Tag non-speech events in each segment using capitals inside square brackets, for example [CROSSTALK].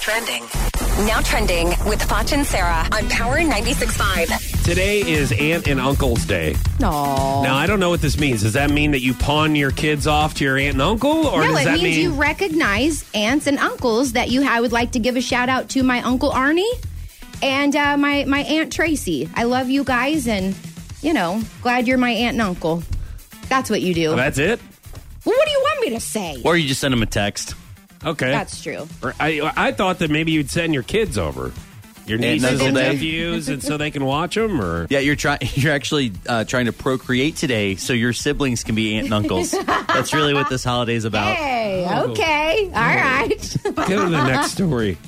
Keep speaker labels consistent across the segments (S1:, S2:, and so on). S1: trending. Now trending with Foch and Sarah on Power 96.5.
S2: Today is Aunt and Uncle's Day.
S3: No.
S2: Now, I don't know what this means. Does that mean that you pawn your kids off to your aunt and uncle? Or
S3: no,
S2: does
S3: it
S2: that
S3: means
S2: mean
S3: you recognize aunts and uncles that you. I would like to give a shout out to my uncle Arnie and uh, my my aunt Tracy. I love you guys, and you know, glad you're my aunt and uncle. That's what you do. Well,
S2: that's it?
S3: what do you want me to say?
S4: Or you just send them a text.
S2: Okay.
S3: That's true.
S2: Or I, I thought that maybe you'd send your kids over, your
S4: Aunt and
S2: nieces
S4: Uncle
S2: and
S4: Day.
S2: nephews, and so they can watch them.
S4: [LAUGHS]
S2: Or
S4: Yeah, you're trying. You're actually uh, trying to procreate today, so your siblings can be aunt and uncles. That's really what this holiday
S3: [LAUGHS]
S4: is about.
S3: Hey, okay, Oh. all right. [LAUGHS]
S2: go to the next story.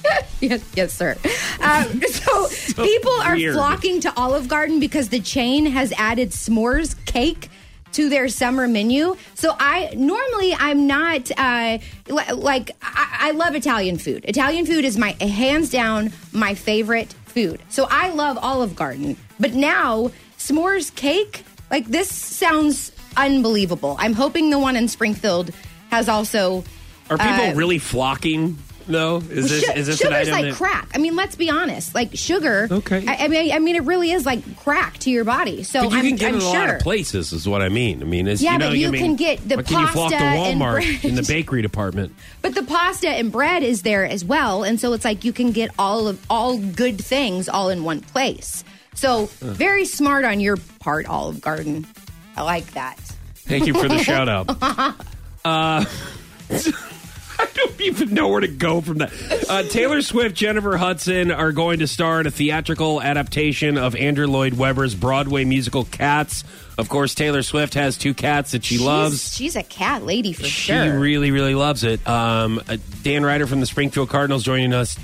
S3: yes, yes, sir. Um, so, people are
S2: weird.
S3: flocking to Olive Garden because the chain has added s'mores cake to their summer menu. So I normally I'm not uh, li- like I-, I love Italian food. Italian food is my hands down my favorite food. So I love Olive Garden, but now s'mores cake like this sounds unbelievable. I'm hoping the one in Springfield has also.
S2: Are people
S3: uh,
S2: really flocking? though? is this
S3: Su-
S2: is this an
S3: sugar's
S2: item
S3: like
S2: that-
S3: crack. I mean, let's be honest. Like sugar.
S2: Okay.
S3: I, I mean, I mean, it really is like crack to your body. So
S2: But you
S3: I'm,
S2: can get
S3: I'm
S2: it in
S3: sure.
S2: a lot of places, is what I mean. I mean, it's,
S3: Yeah,
S2: you
S3: but
S2: know, you
S3: you
S2: mean,
S3: can get the
S2: but can you flock to
S3: pasta and
S2: Walmart
S3: bread. [LAUGHS]
S2: in the bakery department?
S3: But the pasta and bread is there as well, and so it's like you can get all of all good things all in one place. So very smart on your part, Olive Garden. I like that.
S2: Thank you for
S3: [LAUGHS]
S2: the shout out. Uh, [LAUGHS] I don't even know where to go from that. Uh, Taylor Swift, Jennifer Hudson are going to star in a theatrical adaptation of Andrew Lloyd Webber's Broadway musical Cats. Of course, Taylor Swift has two cats that she
S3: She's-
S2: loves.
S3: She's a cat lady for
S2: She
S3: sure.
S2: really, really loves it. Um, uh, Dan Ryder from the Springfield Cardinals joining us.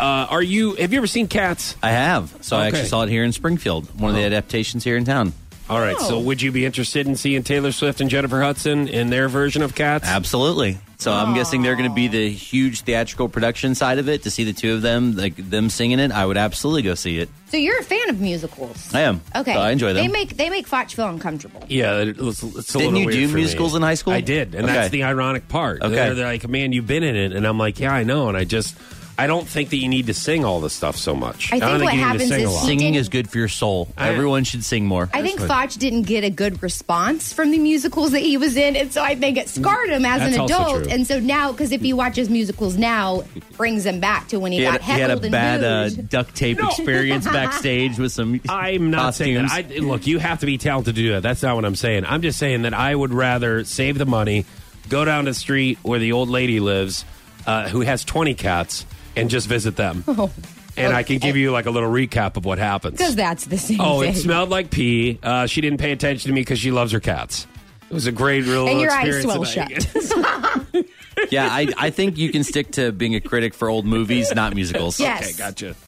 S2: Uh, are you? Have you ever seen Cats?
S4: I have. So I
S2: Okay.
S4: actually saw it here in Springfield, one of the adaptations here in town.
S2: All right.
S3: No.
S2: So, would you be interested in seeing Taylor Swift and Jennifer Hudson in their version of Cats?
S4: Absolutely. So I'm guessing they're going to be the huge theatrical production side of it. To see the two of them, like them singing it, I would absolutely go see it.
S3: so you're a fan of musicals.
S4: I am.
S3: Okay,
S4: So I enjoy them.
S3: They make they make Foch feel uncomfortable.
S2: Yeah, it- it's, it's a
S4: Didn't
S2: little
S4: you
S2: weird
S4: do
S2: for me.
S4: musicals in high school?
S2: I did, and that's
S4: Okay.
S2: the ironic part.
S4: Okay.
S2: They're, they're like, "Man, you've been in it," and I'm like, "Yeah, I know," and I just, I don't think that you need to sing all this stuff so much.
S3: I
S2: don't
S3: think
S2: think
S3: what
S2: you need
S3: happens
S2: to sing
S3: is
S2: a lot.
S3: he-
S4: Singing
S3: did-
S4: is good for your soul.
S2: I-
S4: Everyone should sing more.
S3: I think Foch didn't get a good response from the musicals that he was in, and so I think it scarred him as
S2: That's
S3: an
S2: also
S3: adult.
S2: true.
S3: And so now, because if he watches musicals now, brings him back to when he,
S4: He had,
S3: got
S4: he had a
S3: heckled
S4: bad
S3: [LAUGHS]
S4: uh,
S3: and booed.
S4: duct tape experience backstage with some.
S2: I'm not saying that.
S4: costumes.
S2: I, look, you have to be talented to do that. That's not what I'm saying. I'm just saying that I would rather save the money, go down to the street where the old lady lives, uh, who has 20 cats, and just visit them. and I can give you like a little recap of what happens.
S3: Oh. Because that's the same
S2: Oh,
S3: thing.
S2: it smelled like pee. Uh, she didn't pay attention to me because she loves her cats. It was a great, real
S3: And your eyes
S2: experience.
S3: swell
S2: And I-
S3: shut.
S4: yeah, I, I think you can stick to being a critic for old movies, not musicals.
S2: [LAUGHS]
S3: Yes.
S2: okay, gotcha.